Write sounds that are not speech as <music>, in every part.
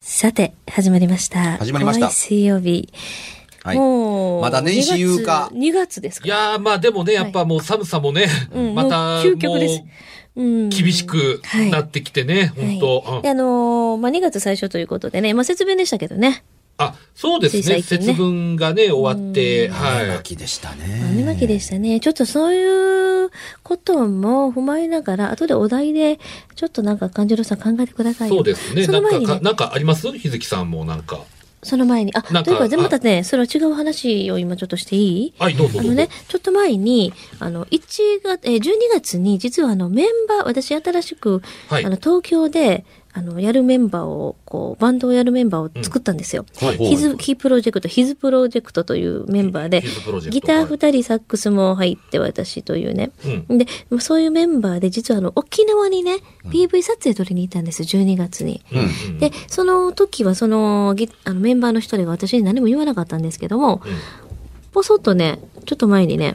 さて、始まりました。始まりました怖い水曜日。はいもう、まだ年始言うか2月 ,2 月ですかいやー、まあでもね、やっぱもう寒さもね、うんまた、もう究極ですもうんう厳しくなってきてね、はい本当、でうんあのーまあ、2月最初ということでね、まあ、節分でしたけどね。あ、そうですつい最ね、近ね節分がね、終わって、雨は巻きでしたね。豆まきでしたね。ちょっとそういうことも踏まえながら、後でお題で、ちょっとなんか感じるさん考えてください。いよ。そうですね。そなのんか前にねか、なんかあります日月さんもなんか。その前に、あ、なんかというか、であまたね、それは違う話を今ちょっとしていいはい、どうぞあどうぞ。 <laughs> のね、ちょっと前に、あの、1月、えー、12月に、実はあの、メンバー、私新しく、はいあの、東京で、あの、やるメンバーを、こう、バンドをやるメンバーを作ったんですよ。はいヒズ、キープロジェクト、ヒズプロジェクトというメンバーでヒズプロジェ、クトギターはい2人、サックスも入って、私というね。うん。で、まあそういうメンバーで、実はあの、沖縄にね、PV 撮影撮りに行ったんです、12月に。うん。うんで、その時は、その、ギあのメンバーの一人が私に何も言わなかったんですけども、うんぽそっとね、ちょっと前にね、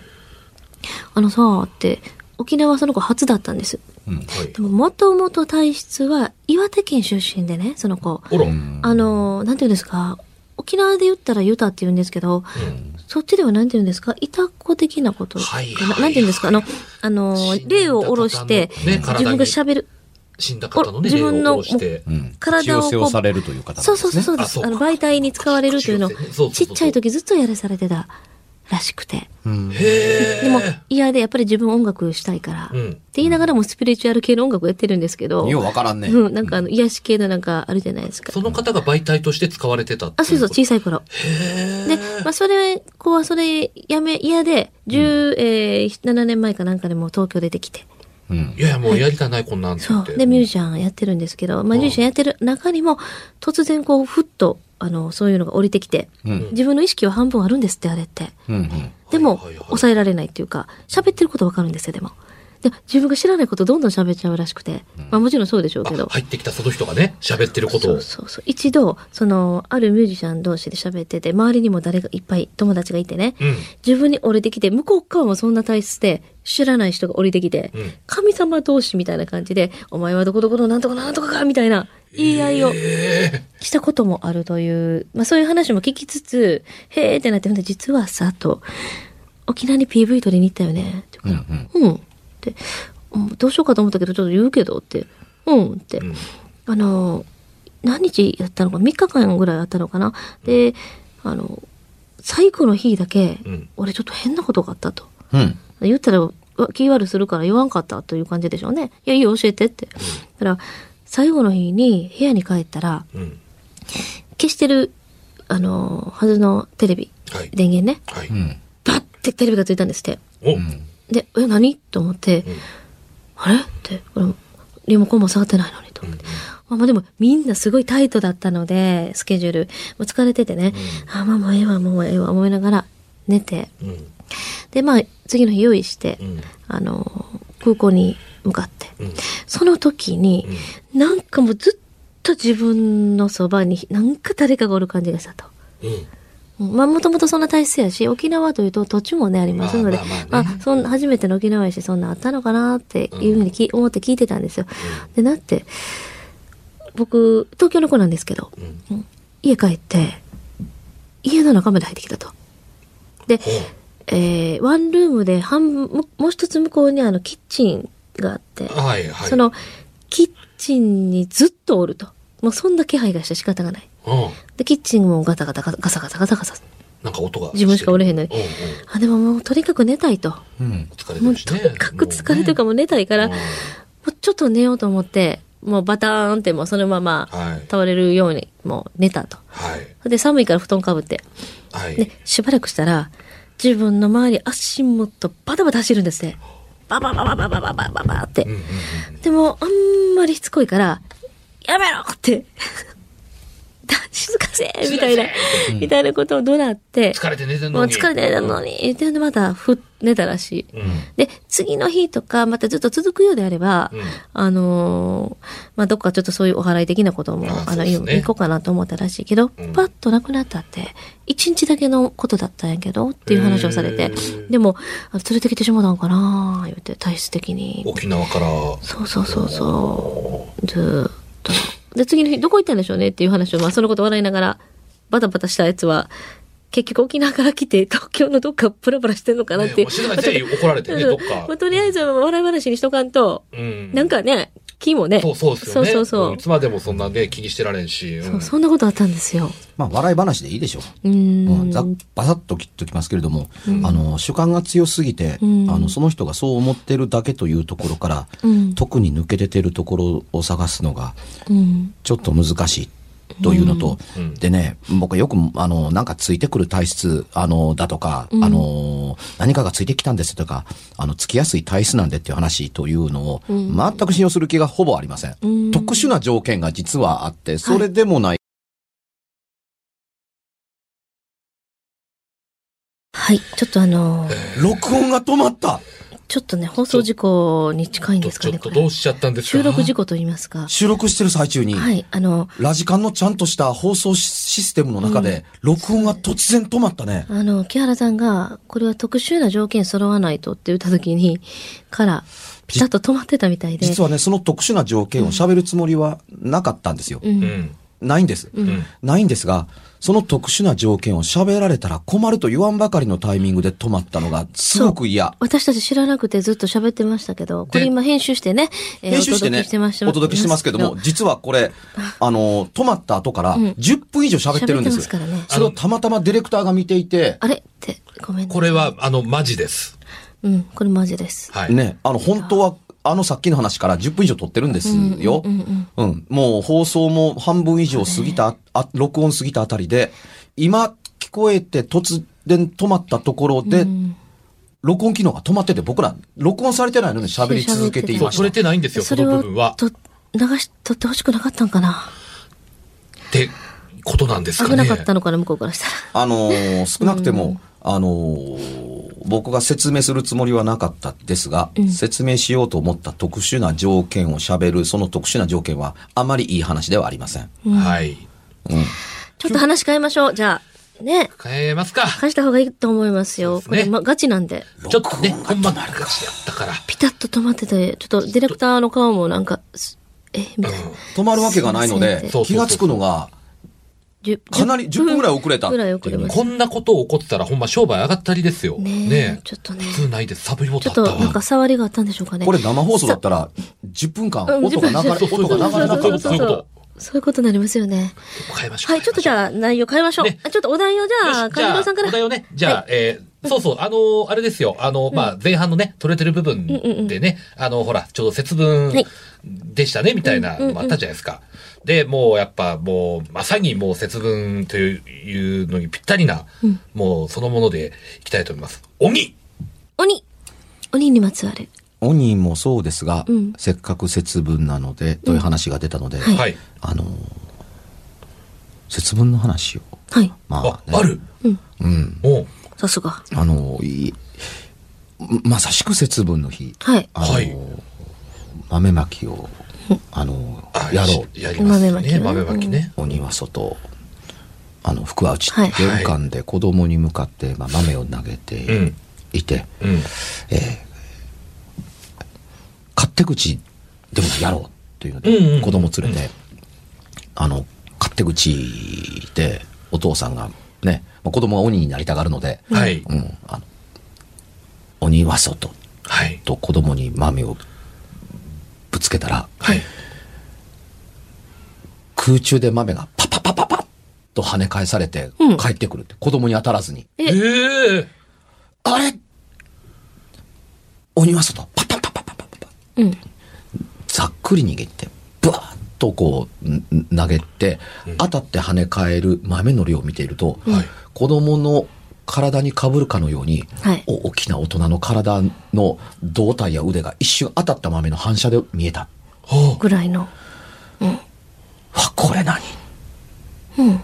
あのさーって、沖縄はその子初だったんです。はいでも、もともと体質は岩手県出身でね、その子。おら、あのー、なんて言うんですか、沖縄で言ったらユタって言うんですけど、うんそっちではなんて言うんですか、イタコ的なことかな。はいはいはいなんて言うんですか、あの、あのー死んだ霊を下ろして、方のね体自に分が喋る。死んだ方のね、お自分の霊を殺してう。ん体をこう血を背負されるという方なんですそね。うそうそうそうであす。そうあかの、媒体に使われるというのをそうそうそう、ちっちゃい時ずっとやらされてたらしくて。うんへーでも嫌でやっぱり自分音楽したいから、うっんて言いながらもスピリチュアル系の音楽やってるんですけど、ようわからんね。うん、なんかあの癒し系のなんかあるじゃないですか。その方が媒体として使われてたってあ、いそうそう、こと小さい頃。で、まあ、それ、子はそれ、やめ、嫌で、十、えー、7年前かなんかでもう東京出てきて。うんいやいや、もうやりたない、こんなんってそ言っう。て。で、ミュージシャンやってるんですけど、まあ、ミュージシャンやってる中にも、突然こう、ふっと、あの、そういうのが降りてきて、うん自分の意識は半分あるんですって、あれって。うんうんでも、はいはいはい抑えられないっていうか、喋ってることわかるんですよ、でも。で、自分が知らないことどんどん喋っちゃうらしくて。まあもちろんそうでしょうけあど。入ってきたその人がね、喋ってることそをう。そうそう。一度、その、あるミュージシャン同士で喋ってて、周りにも誰がいっぱい友達がいてね。うん。自分に降りてきて、向こう側もそんな体質で、知らない人が降りてきて、うん神様同士みたいな感じで、お前はどこどこのなんとかなんとかか、みたいな言い合いをええしたこともあるという、まあそういう話も聞きつつ、へーってなって、ほんで実はさ、と、沖縄に PV 撮りに行ったよね、って言うからうん、って、うんどうしようかと思ったけど、ちょっと言うけど、って、うん、って、んあの、何日やったのか、3日間ぐらいあったのかな。で、あの、最後の日だけ、うん俺ちょっと変なことがあったと。うん言ったら、うわ気悪するから言わんかったという感じでしょうね。いや、いいよ、教えてって。だから、最後の日に部屋に帰ったら、うん。消してる、あの、はずのテレビ、はい電源ね、はい。うんバッてテレビがついたんですって。お、で、え、何と思って、あれって、俺もリモコンも触ってないのにと思って。まあまあでも、みんなすごいタイトだったので、スケジュール。まあ疲れててね、あ、まあもうええわ、もうええわ、思いながら寝て、うん。で、まあ、次の日用意して、うんあの、空港に向かって。うん。その時に、なんかもうずっと自分のそばに、なんか誰かがおる感じがしたと。うん。うんまあ、もともとそんな体質やし、沖縄というと土地もね、ありますので、まあまあままああねそん初めての沖縄やし、そんなんあったのかなっていうふうにき、思って聞いてたんですよ。で、なって、僕、東京の子なんですけど、うん。うん家帰って、家の中まで入ってきたと。で、ほう。えーワンルームで半分、ももう一つ向こうにあの、キッチンがあって、はいはい。その、キッチンにずっとおると。もうそんな気配がして仕方がない。うん。で、キッチンもガタガタガタガサガサガサガサ。なんか音が。自分しかおれへんのにうんうん。あ、でももうとにかく寝たいと。うん疲れてもうるしとね。にかく疲れてるかももう寝たいから、うもねうちょっと寝ようと思って、もうバターンってもうそのままうんはい。倒れるようにもう寝たと。はい。で、寒いから布団かぶって。はい。で、しばらくしたら、自分の周り足元バタバタ走るんですね。ババババババババババって。うんうんうん。でも、あんまりしつこいから、やめろって、だ静かせみたいな、みたいなことを怒鳴って、疲れて寝てんもうのに。疲れてるのに、で、また、ふっ、寝たらしい。うん。うん。で、次の日とか、またずっと続くようであれば、うんあのーまあ、どっかちょっとそういうお祓い的なことも、ああその、うですね行こうかなと思ったらしいけど、うんパッとなくなったって、一日だけのことだったんやけど、っていう話をされへて、ーでも、あ連れてきてしまったんかな言って、体質的に。沖縄から。そうそうそうそう。ずーっと。で、次の日、どこ行ったんでしょうねっていう話を、まあ、そのこと笑いながら、バタバタしたやつは、結局沖縄から来て、東京のどっかプラプラしてんのかなっていう。ねもう静かに怒られてね、うどっんかまあ、。とりあえず、笑い話にしとかんと、うんなんかね、木もね。そうそうですよそね。うそうそうんいつまでもそんなね、気にしてられんし。そうう、んそんなことあったんですよ。まあ、笑い話でいいでしょう。うー。うんんざバサッと切っときますけれども、うんあの主観が強すぎて、うんあのその人がそう思ってるだけというところから、うん。特に抜け出てるところを探すのがうん。ちょっと難しいというのと、うんでね僕よくあのなんかついてくる体質あのだとか、うんあの何かがついてきたんですとかあのつきやすい体質なんでっていう話というのを、うん全く信用する気がほぼありません。うん特殊な条件が実はあってそれでもないはい。ちょっとあのー録音が止まったちょっとね、放送事故に近いんですちかょね、っことれどうしちゃったんですか収録事故と言いますか。収録してる最中に、はい。あの、ラジカンのちゃんとした放送システムの中で、録音が突然止まったね。あの、木原さんが、これは特殊な条件揃わないとって言った時に、から、ピタッと止まってたみたいで。実はね、その特殊な条件を喋るつもりはなかったんですよ。うん。うん。ないんです。うん。ないんですが、その特殊な条件を喋られたら困ると言わんばかりのタイミングで止まったのが、すごく嫌。私たち知らなくてずっと喋ってましたけど、これ今編集してね、えー編集してね、お届けしてますけども、実はこれ、あの、止まった後から、うん10分以上喋ってるんで喋ってすますからねそれをたまたまディレクターが見ていて、あれって、ごめん、ね、これ。は、あの、マジです。うん、これマジです。はい。ね、あの、本当は、あのさっきの話から10分以上撮ってるんですよ。うんうんうんうん、もう放送も半分以上過ぎた、あ、録音過ぎたあたりで、今聞こえて突然止まったところで、うん録音機能が止まってて、僕ら、録音されてないのに喋り続けていそう、まし取れた。てないんですよ、その部分は。と、流し、取ってほしくなかったんかな。ってことなんですか危ね。なかったのかな、向こうからしたら。あのー少なくても、あのー僕が説明するつもりはなかったですが、うん説明しようと思った特殊な条件を喋る、その特殊な条件は、あまりいい話ではありません。はい。うんちょっと話変えましょう、じゃあ。ね。変えますか。返した方がいいと思いますよ。そうこですねれ、ま、ガチなんで。ちょっとね、録音がほんまガチやったから。ピタッと止まってて、ちょっとディレクターの顔もなんか、すえ、みたいな。止まるわけがないのすいでません、気がつくのが、じゅかなり10分ぐらい遅れたぐらい遅れましこんなこと起こってたらほんま商売上がったりですよ。た。ねねえ、ちょっとね。普通ないです。サブリボちだょっったとわ。なんか触りがあったんでしょうかね。これ生放送だったら、10分間うん音が流れ、自分音が流れなそかうそっうそうそうた。そうそういうことになりますよね。変えましょう。はい、ちょっとじゃあ内容変えましょう。ねあちょっとお題をじゃあ、よしじ金ゃ子あさんから。お題をね、じゃあ、はいえーそうそう、あのーあれですよ。あのーまあ、前半のね、取れてる部分うんうんうんでね、あのーほら、ちょうど節分はいでしたね、みたいなのもあったじゃないですか。で、もう、やっぱ、もう、まさにもう節分というのにぴったりな、うんもう、そのものでいきたいと思います。鬼鬼鬼にまつわる。鬼もそうですが、うんせっかく節分なので、という話が出たので、はいはい。あのー節分の話を、はい。まあ、あ、ねあるうん。うん、おうさすが。あのーいまさしく節分の日、はい。あのーはい豆まきを、あのーあやろう。しやりますね。豆まきね豆まきね。鬼は外あの福は内はい玄関で子供に向かって、まあ、豆を投げうてんいて、うん。えー勝手口でもやろうっていうのうんうでん子供連れて、あの勝手口でお父さんがね、まあ、子供が鬼になりたがるので、はい。うん、あの鬼は外はい。と子供に豆をぶつけたらはい。空中で豆がパパパパパッと跳ね返されてうん帰ってくるって、子供に当たらずに。えええあれ鬼は外、パパパパパパパパ、うん。ざっくり逃げて、ブワーッとこうん投げて、当たって跳ね返る豆の量を見ていると、はい子供の体にかぶるかのように、はいお大きな大人の体の胴体や腕が一瞬当たった豆の反射で見えた。はぐらいの。わ、これ何うん。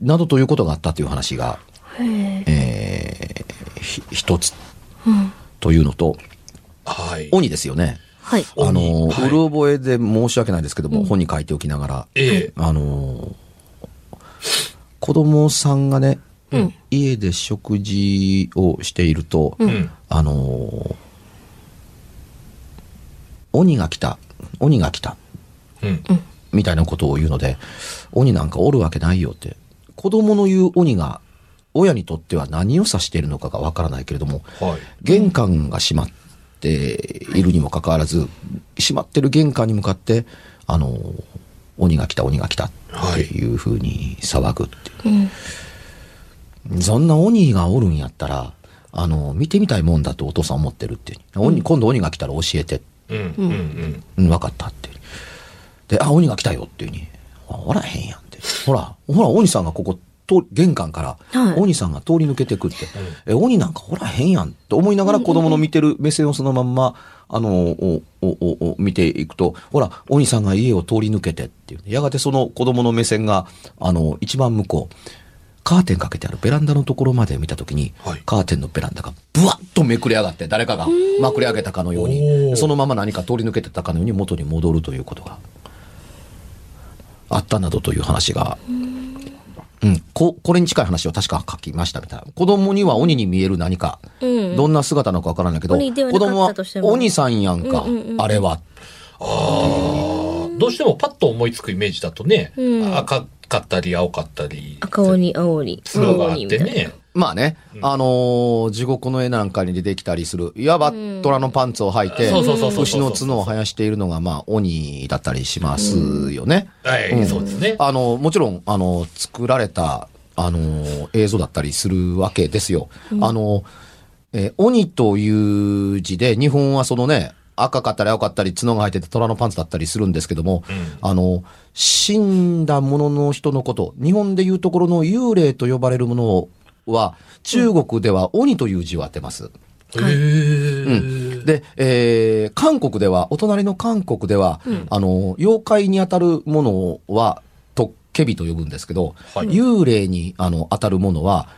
などということがあったという話がへえ。えーひ一つうん。というのと、あはい。鬼ですよね。はい。あの、鬼はいうろ覚えで申し訳ないですけども、うん本に書いておきながら、ええあの、子供さんがね、うん家で食事をしていると、うんうん。あの、鬼が来た、鬼が来た、うん。みたいなことを言うので、鬼なんかおるわけないよって。子供の言う鬼が、親にとっては何を指しているのかがわからないけれども、はい。玄関が閉まっているにもかかわらず、閉まってる玄関に向かって、あの、鬼が来た、鬼が来たっていうふうに騒ぐっていうそんな鬼がおるんやったら、あの、見てみたいもんだとお父さん思ってるっていう。鬼今度鬼が来たら教えて。うん、うん、うん。うん、分かったって。で、あ、鬼が来たよっていうに。あおらへんやんって。ほら、ほら、鬼さんがここ、と玄関から、はい鬼さんが通り抜けてくって、え、鬼なんかおらへんやんと思いながら子供の見てる目線をそのまんま、あの、お、お、お、お見ていくと、ほら、鬼さんが家を通り抜けてっていう。やがてその子供の目線が、あの、一番向こう、カーテンかけてあるベランダのところまで見たときに、はいカーテンのベランダがブワッとめくれ上がって、誰かがまくれ上げたかのようおーに、そのまま何か通り抜けてたかのように元に戻るということがあったなどという話が、うん、ここれに近い話を確か書きましたみたいな子供には鬼に見える何か、うんどんな姿なのかわからないけど鬼子ではなか供っはたとしても鬼さんやんか、うんうんうんあれはああ、どうしてもパッと思いつくイメージだとね、うん赤かったり青かったり、赤鬼、青鬼、スローがあっみてたいな。ね。まあね、あのー地獄の絵なんかに出てきたりするいわば虎のパンツを履いて、そうそうそうそう牛の角を生やしているのがまあ鬼だったりしますよね。はい、うんそうですね。あの、もちろん、あの、作られた、あの、映像だったりするわけですよ。あの、えー鬼という字で、日本はそのね、赤かったり青かったり、角が生えてて虎のパンツだったりするんですけども、あの、死んだものの人のこと、日本でいうところの幽霊と呼ばれるものは、中国では鬼という字を当てます。はいへうーん、で、えー韓国では、お隣の韓国では、あの、妖怪に当たるものは、と、ケビと呼ぶんですけど、はい幽霊にあの当たるものは、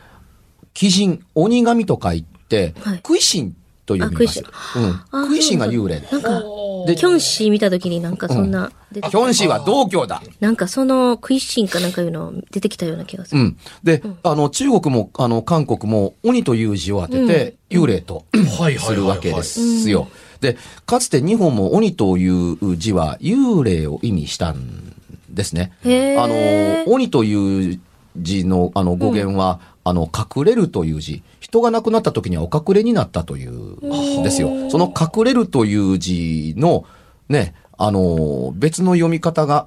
鬼神、鬼神と書いて、はい鬼神と呼びます。うん。あ鬼神が幽霊。なんか、でキョンシー見た時になんかそんな、出てヒョンシーは同居だ。なんかそのクイシンかなんかいうの出てきたような気がすうる。ん。で、あの、中国も、あの、韓国も、鬼という字を当てて、幽霊と、はいはいはいはいするわけですよ。で、かつて日本も鬼という字は幽霊を意味したんですね。へーあの、鬼という字のあの語源は、あの、隠れるという字。人が亡くなった時にはお隠れになったという、ですよ。その隠れるという字の、ね、あの、別の読み方が、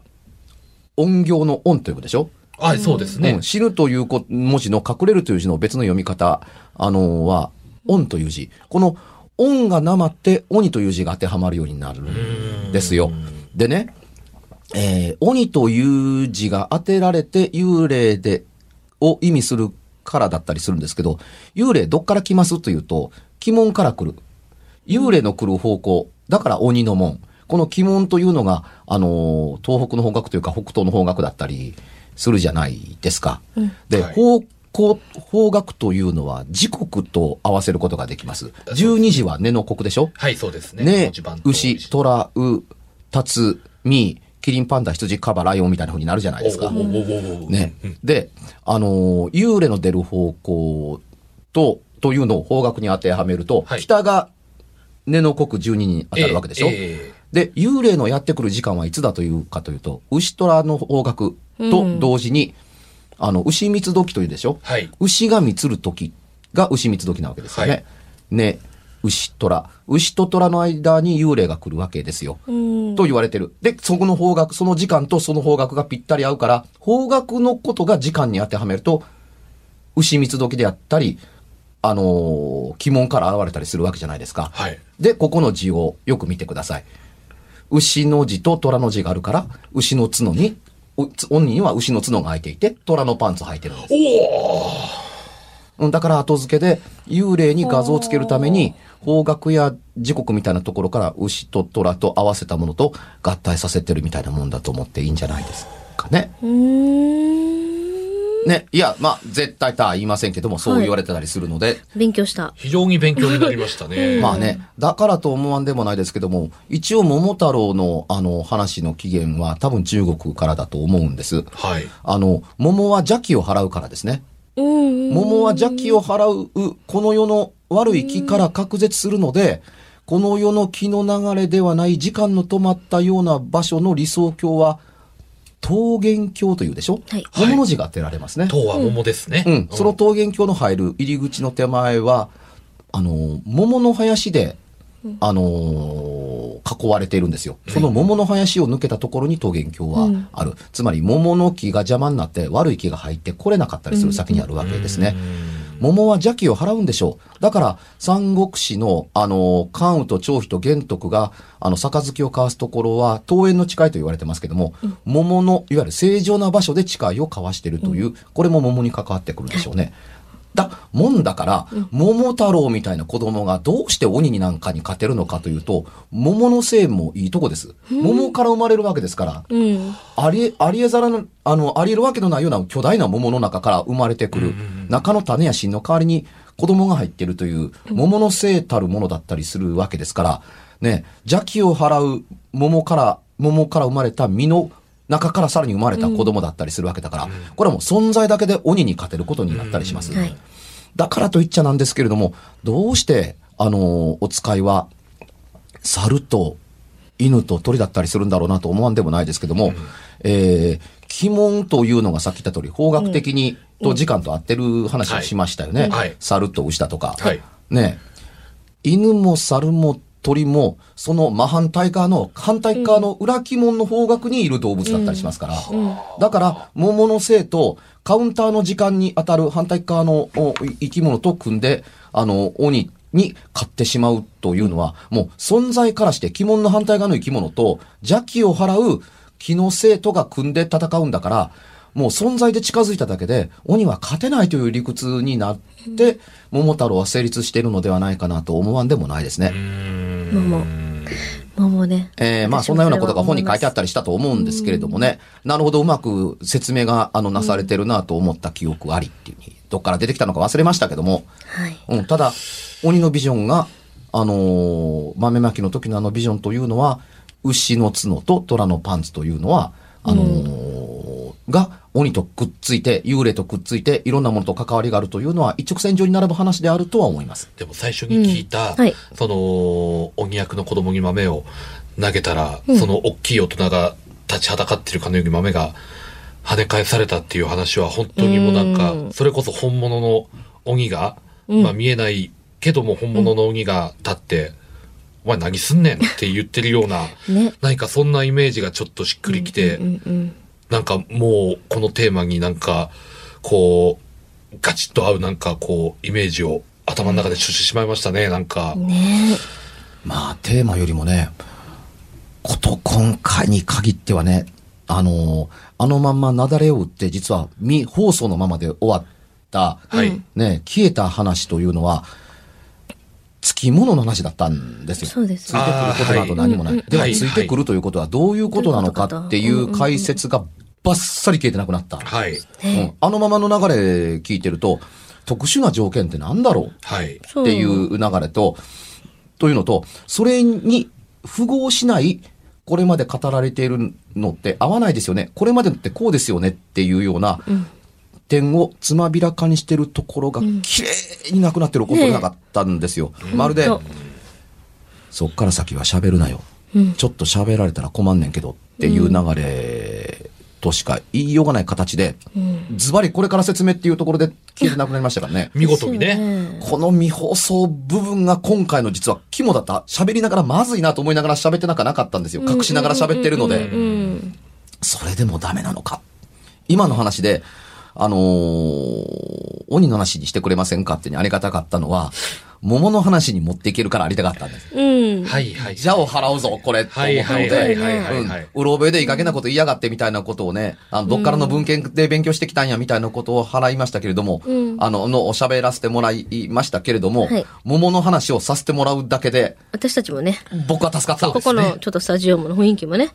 音行の音と呼ぶでしょはい、そうですね。うん死ぬというこ文字の隠れるという字の別の読み方、あのは、音という字。この音がなまって鬼という字が当てはまるようになるんですよ。でね、えー鬼という字が当てられて幽霊で、を意味するからだったりするんですけど、幽霊どっから来ますというと、鬼門から来る。幽霊の来る方向。だから鬼の門。この鬼門というのが、あのー東北の方角というか北東の方角だったりするじゃないですか。で、はい方向、方角というのは時刻と合わせることができます。12時は根の刻でしょはい、そうですね。ね文字盤と牛、虎、う、タツ、ミ、キリン、パンダ、羊、カバ、ライオンみたいな風になるじゃないですかお。おおおおおね。で、あのー幽霊の出る方向と、というのを方角に当てはめると、はい北が根の刻12に当たるわけでしょ、えええで、幽霊のやってくる時間はいつだというかというと、牛虎の方角と同時に、あの、牛蜜時というでしょ、はい牛が蜜る時が牛蜜時なわけですよね。はいね、牛虎。牛と虎の間に幽霊が来るわけですよ。と言われてる。で、そこの方角、その時間とその方角がぴったり合うから、方角のことが時間に当てはめると、牛蜜時であったり、あのー鬼門から現れたりするわけじゃないですか。はいで、ここの字をよく見てください。牛の字と虎の字があるから、牛の角に、おつ鬼には牛の角が開いていて、虎のパンツを履いてるんです。うんだから後付けで、幽霊に画像をつけるために、方角や時刻みたいなところから牛と虎と合わせたものと合体させてるみたいなもんだと思っていいんじゃないですかね。うーん。ね。いや、まあ、絶対とは言いませんけども、そう言われてたりするので、勉強した。非常に勉強になりました <laughs> ね。まあね、だからと思わんでもないですけども、一応桃太郎のあの話の起源は多分中国からだと思うんです。はい。あの、桃は邪気を払うからですね。うんうん。桃は邪気を払う、この世の悪い気から隔絶するので、この世の気の流れではない時間の止まったような場所の理想郷は桃源郷というでしょ、はい桃の字が当てられますね。糖は桃ですね。うん、その桃源郷の入る入り口の手前は、あの、桃の林で、あのー囲われているんですよ。その桃の林を抜けたところに桃源郷はある。つまり桃の木が邪魔になって悪い木が入ってこれなかったりする先にあるわけですね。桃は邪気を払うんでしょう。だから、三国志の、あの、関羽と張飛と玄徳が、あの、杯を交わすところは、桃園の誓いと言われてますけども、桃の、いわゆる正常な場所で誓いを交わしているという、これも桃に関わってくるでしょうね。だ、もんだから、桃太郎みたいな子供がどうして鬼になんかに勝てるのかというと、桃のせいもいいとこです。桃から生まれるわけですから、うん。あり、ありえざらぬ、あの、ありえるわけのないような巨大な桃の中から生まれてくる、中の種や芯の代わりに子供が入っているという、桃の聖たるものだったりするわけですから、ね、邪気を払う桃から、桃から生まれた実の中からさらに生まれた子供だったりするわけだから、これはもう存在だけで鬼に勝てることになったりします。うんはいだからといっちゃなんですけれども、どうして、あの、お使いは、猿と犬と鳥だったりするんだろうなと思わんでもないですけども、えー鬼門というのがさっき言った通り、方角的に、と時間と合ってる話をしましたよね。はい猿と牛だとか。はいね犬も猿も鳥も、その真反対側の、反対側の裏鬼門の方角にいる動物だったりしますから。だから、桃の性とカウンターの時間に当たる反対側のお生き物と組んで、あの、鬼に勝ってしまうというのは、もう存在からして鬼門の反対側の生き物と邪気を払う気の生徒が組んで戦うんだから、もう存在で近づいただけで鬼は勝てないという理屈になって、桃太郎は成立しているのではないかなと思わんでもないですね。桃。桃ね。えーまあそんなようなことが本に書いてあったりしたと思うんですけれどもね、なるほどうまく説明があのなされてるなと思った記憶ありっていうふうに、どっから出てきたのか忘れましたけども、はい。うん、ただ鬼のビジョンが、あのー豆まきの時のあのビジョンというのは牛の角と虎のパンツというのはあのーが鬼とくっついて幽霊とくっついていろんなものと関わりがあるというのは一直線上に並ぶ話であるとは思います。でも最初に聞いた、うんはいその、鬼役の子供に豆を投げたら、その大きい大人が立ちはだかってるかのように豆が跳ね返されたっていう話は本当にもうなんか、うんそれこそ本物の鬼が、うんまあ見えないけども本物の鬼が立って、お前何すんねんって言ってるよ <laughs> うな、ね。何かそんなイメージがちょっとしっくりきて、うんうん。なんかもうこのテーマになんかこうガチッと合うなんかこうイメージを頭の中で出してしまいましたねなんか、ねまあテーマよりもね、こと今回に限ってはね、あのーあのまんま雪崩を打って実は未放送のままで終わった、はいね、消えた話というのは、つきものの話だったんですよ。そうですついてくることなど何もない。あーはいでは、はいついてくるということはどういうことなのかっていう解説がバッサリ消えてなくなった。はいうんあのままの流れ聞いてると、特殊な条件ってなんだろうはいそっていう流れと、というのと、それに符合しない、これまで語られているのって合わないですよね。これまでのってこうですよねっていうような点をつまびらかにしてるところが綺麗になくなってることがなかったんですよ。まるでほんと、そっから先は喋るなよ。うんちょっと喋られたら困んねんけどっていう流れとしか言いようがない形で、ズバリこれから説明っていうところで消えてなくなりましたから <laughs> ね。見事にねこの未放送部分が今回の実は肝だった。喋りながらまずいなと思いながら喋ってなかなかったんですよ。隠しながら喋ってるのうで。ん。それでもダメなのか。今の話で、あのー鬼の話にしてくれませんかっていうのにありがたかったのは、桃の話に持っていけるからありたかったんです。うん。はいはいじゃあを払うぞ、これ、とは思いったのはいはいではいは、ういんはい、うろ覚えでいい加減なこと言いやがってみたいなことをね、あの、どっからの文献で勉強してきたんやみたいなことを払いましたけれども、うんあの、の、おしゃべらせてもらいましたけれども、はい桃の話をさせてもらうだけで、私たちもね、僕は助かった。ここのちょっとスタジオの雰囲気もね、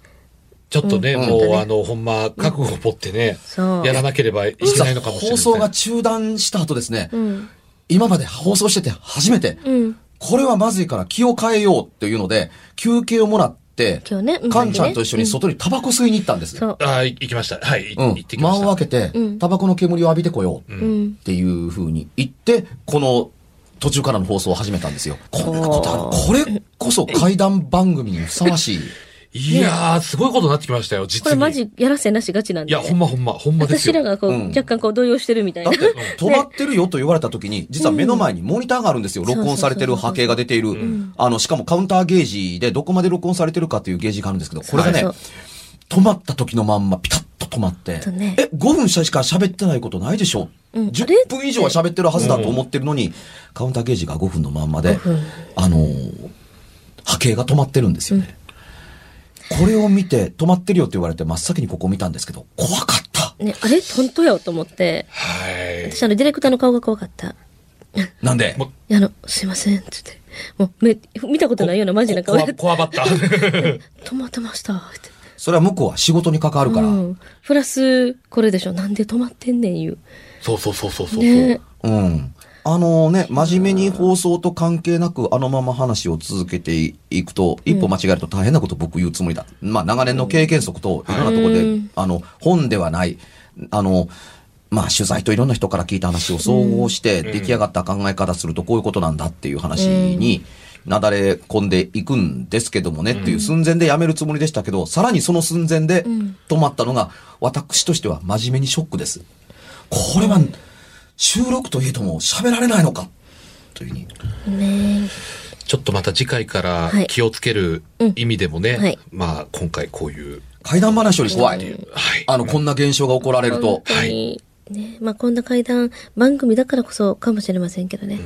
ちょっとね、うんもう、うんあのほんま覚悟を持ってね、そうやらなければいけ実なはいのかもしれない放送が中断した後ですね、うん。今まで放送してて初めて、うん。これはまずいから気を変えようというので、休憩をもらって、今日ねうんカンちゃんと一緒に外にタバコ吸いに行ったんです。そう。あーい行きましたはい、いうん行ってきま間しをた空けてうん、タバコの煙を浴びてこよう。うん。っていう風に言って、この途中からの放送を始めたんですよ。こんなことある。これこそ怪談番組にふさわしい。いやー、すごいことになってきましたよ、こ実れに。マジやらせなしがちなんいで、や、ほんまほんま、ほんまです私よ。らがこう、うん若干こう動揺してるみたいだなっ。て、止まってるよと言われた時に、実は目の前にモニターがあるんですよ。ん録音されてる波形が出ている。あの、しかもカウンターゲージでどこまで録音されてるかというゲージがあるんですけど、これがねそう、止まった時のまんまピタッと止まってそうね、え、5分しか喋ってないことないでしょうんあれ ?10 分以上は喋ってるはずだと思ってるのに、カウンターゲージが5分のまんまで分、あのー、波形が止まってるんですよね。これを見て、止まってるよって言われて真っ先にここを見たんですけど、怖かった。ね、あれ本当よと思って。はい。私あの、ディレクターの顔が怖かった。なんで、もいやあの、すいません、つって。もう、目、見たことないようなマジな顔こで、わこわばった。止まってました、って。それは向こうは仕事に関わるから、うん。プラス、これでしょ、なんで止まってんねん、言う。 <laughs> そうそうそうそうそう。ね。うん。あのね、真面目に放送と関係なく、あのまま話を続けていくと、一歩間違えると大変なこと僕言うつもりだ。まあ、長年の経験則と、いろんなところで、うんあの、本ではない、あの、まあ、取材といろんな人から聞いた話を総合して、出来上がった考え方すると、こういうことなんだっていう話に、なだれ込んでいくんですけどもねっていう寸前でやめるつもりでしたけど、さらにその寸前でん止まったのが、私としては真面目にショックです。これは収録といえども喋られないのかというふうに。ねちょっとまた次回からはい気をつける意味でもね、はいまあ今回こういう、怪談話より怖い。はい。あの、こんな現象が起こられると本。当に。ね、まあこんな会談番組だからこそかもしれませんけどね。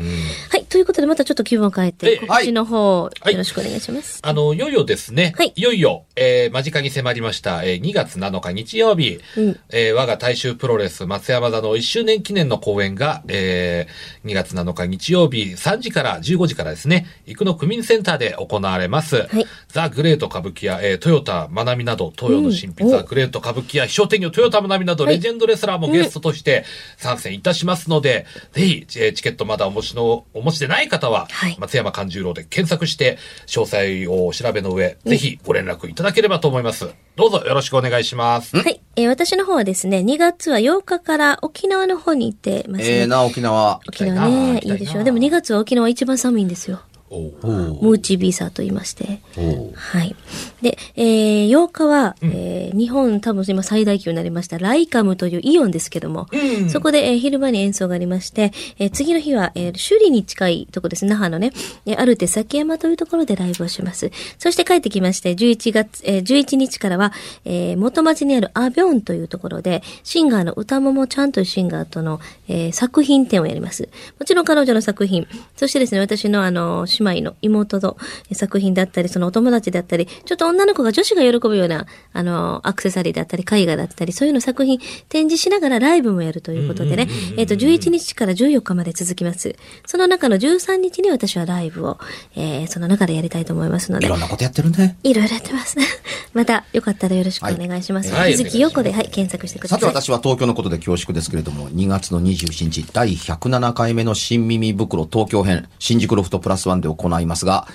はい、ということでまたちょっと気分を変えて、ええ告知の方、はいよろしくお願いします。あの、いよいよですね。はいよいよ、えー間近に迫りました、えー2月7日日曜日、うんえー我が大衆プロレス松山座の1周年記念の公演が、えー2月7日日曜日3時から15時からですね、生野区民センターで行われます。はいザ・グレート歌舞伎や、えー、トヨタ・マナミなど、東洋の神秘、うんザ・グレート歌舞伎や、飛翔天魚、トヨタ・マナミなど、はいレジェンドレスラーもゲストとして参戦いたしますので、ぜひ、えーチケットまだお持ちの、お持ちでない方は、はい松山勘十郎で検索して、詳細をお調べの上、ぜひご連絡いただければと思います。どうぞよろしくお願いします。はい、えー私の方はですね、2月は8日から沖縄の方に行ってますね。えー、な、沖縄。沖縄ね、行きたいないいでしょ行きたいなう。でも2月は沖縄一番寒いんですよ。おうムーチビーサーと言いまして。おはい。で、えー8日は、えー日本多分今最大級になりました、ライカムというイオンですけども、うんそこで、えー昼間に演奏がありまして、えー次の日は、えー首里に近いとこです、那覇のね、えーある手崎山というところでライブをします。そして帰ってきまして、11月、えー11日からは、えー元町にあるアビョンというところで、シンガーの歌ももちゃんというシンガーとの、えー作品展をやります。もちろん彼女の作品、そしてですね、私のあの、姉妹の妹のえー作品だったり、そのお友達だったり、ちょっと女の子が女子が喜ぶような、あの、アクセサリーだったり、絵画だったり、そういうの作品展示しながらライブもやるということでね、えっと、11日から14日まで続きます。その中の13日に私はライブを、えーその中でやりたいと思いますのいでろん、なことやってるね。いろいろやってます。 <laughs> また、よかったらよろしくお願いします。はいはい引き続き、よこで、はい、検索してくだささい。て私は東京のことで恐縮ですけれども、2月の27日、第107回目の新耳袋東京編、新宿ロフトプラスワンで行いますが、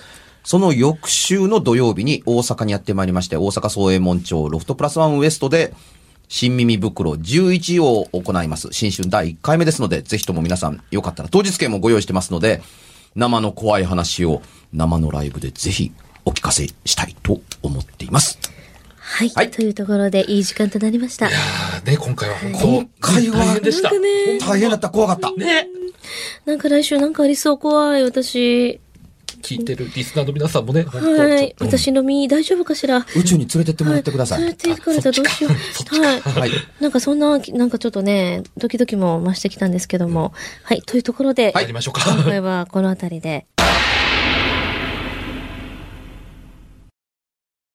その翌週の土曜日に大阪にやってまいりまして、大阪総衛門町ロフトプラスワンウエストで、新耳袋11を行います。新春第1回目ですので、ぜひとも皆さん、よかったら当日券もご用意してますので、生の怖い話を生のライブでぜひお聞かせしたいと思っています。はい、はいというところで、いい時間となりました。あーね、今回は本当、今回は大変でした。なんかね大変だった、怖かった。ねなんか来週なんかありそう、怖い、私。聞いてるリスナーの皆さんもね、本当はい、ちょっと私の身、大丈夫かしら。宇宙に連れてってもらってください。はい、連れて行かれたらどうしよう。はい。はい。なんかそんな、なんかちょっとね、ドキドキも増してきたんですけども。はい、というところで、やりましょうか。今回はこの辺りで。